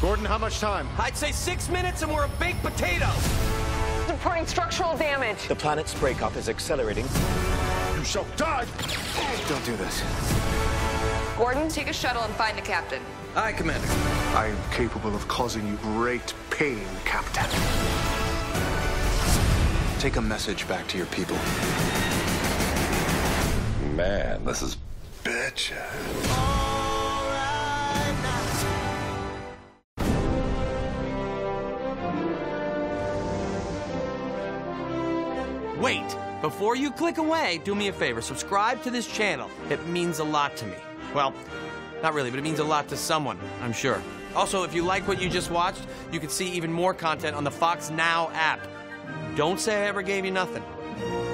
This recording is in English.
Gordon, how much time? I'd say six minutes and we're a baked potato. Reporting structural damage. The planet's breakup is accelerating. You shall die! Don't do this. Gordon, Take a shuttle and find the captain. Aye, Commander. I am capable of causing you great pain, Captain. Take a message back to your people. Man, this is Betcha. Wait, before you click away, do me a favor subscribe to this channel. It means a lot to me. Well, not really, but it means a lot to someone, I'm sure. Also, if you like what you just watched, you can see even more content on the Fox Now app. Don't say I ever gave you nothing.